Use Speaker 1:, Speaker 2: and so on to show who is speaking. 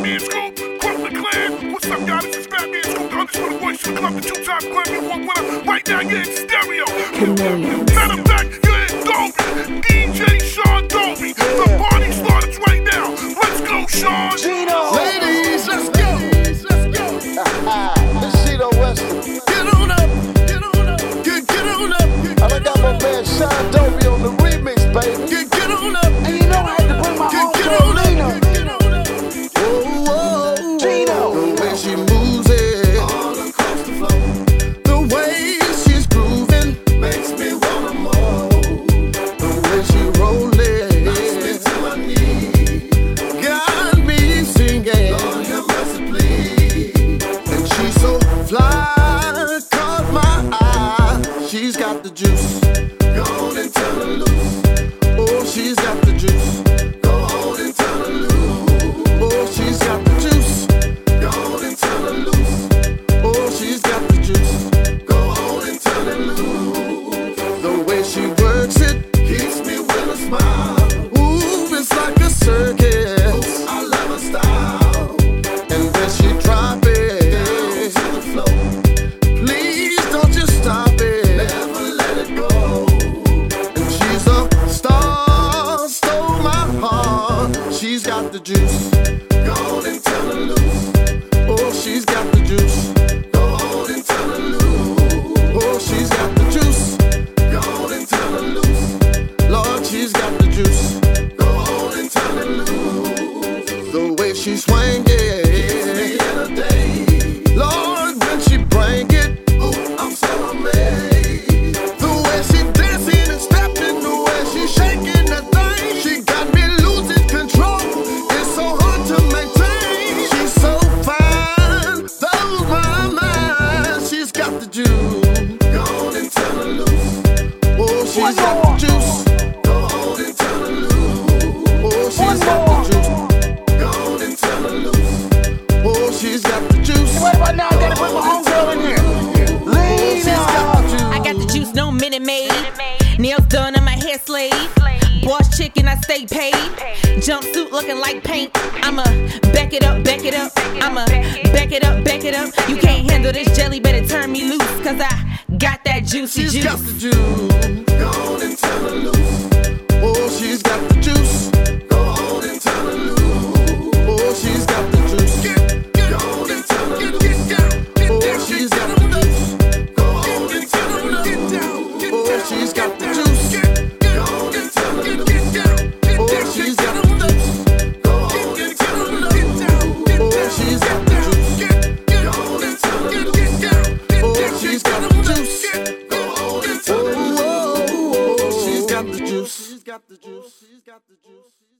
Speaker 1: me and Scoop. Crop the clan. What's up, guys? This is Fat Man Scoop, the undisputed voice of the club, the two-time Grammy Award winner. Right now, you're in stereo.
Speaker 2: Chameleon.
Speaker 1: Matter of fact, you're in Dolby. DJ Sean Dolby. The party starts right now. Let's go, Sean.
Speaker 3: Ladies, let's go. Let's see the Western. Get on up. Get on up. Get, get on up. And I got my man Sean Dovey on the remix, baby. Get, get on up. And you know I had to bring my get, get on up. Get on up. Whoa, whoa. Gino. The way she moves it. All across the floor. The way she's grooving. Makes me wanna more. The way she roll it. to my knees. Got me singing. Lord have mercy, please. And she's so fly, caught my eye. She's got the juice. Go on and turn her loose. Oh, she's got the juice. Go on and turn her loose. Oh, she's got the juice. Go on and turn her loose. Oh, she's got the juice. Go on and turn her loose. The way she works it keeps me with a smile. Ooh, it's like a circus. Ooh, I love her style. And when she drop it down to the floor, please don't you stop it. Never let it go. And she's a star, stole my heart. She's got the juice. Go on and turn her loose. Oh, she's got the juice. Go on and turn her loose. Oh, she's got the juice. Go on and turn her loose. Lord, she's got the juice. Go on and turn her loose. The way she swang it. Lord, when she bring it, ooh, I'm so amazed. The way she dancing and stepping, the way she shaking that thing, she got me losing control. It's so hard to maintain. She's so fine, those my mind. She's got the juice. Go on and turn her loose. Oh, she's got the juice. Go on and turn her loose. Oh, she's got the juice. Go on and turn her loose. Oh, she's got the juice.
Speaker 4: Right about now, I gotta put my homegirl in here.
Speaker 3: She's
Speaker 4: Lean
Speaker 3: got
Speaker 4: out.
Speaker 3: the juice.
Speaker 2: I got the juice, no minute made. Nails done and my hair slayed. Boss chicken, I stay paid. Jumpsuit looking like paint. I'ma back it up, back it up. I'ma back it up, back it up. You can't handle this jelly, better turn me loose. Cause I got that juicy
Speaker 3: She's
Speaker 2: juice.
Speaker 3: got the juice. Go on and turn her loose. Oh, she's got the juice. Go on and turn her loose. Oh, she's got the juice. Go on and turn her loose. Oh, she's got the juice. Go on and turn her loose. Oh, she's got the juice. Go on and turn her loose. Oh, she's got the juice. Go on and turn her loose. Oh, she's got the juice. Go on and turn her loose. Oh, she's got the juice. Go on and turn her loose. Oh, she's got the juice. She's got the juice. She's got the juice.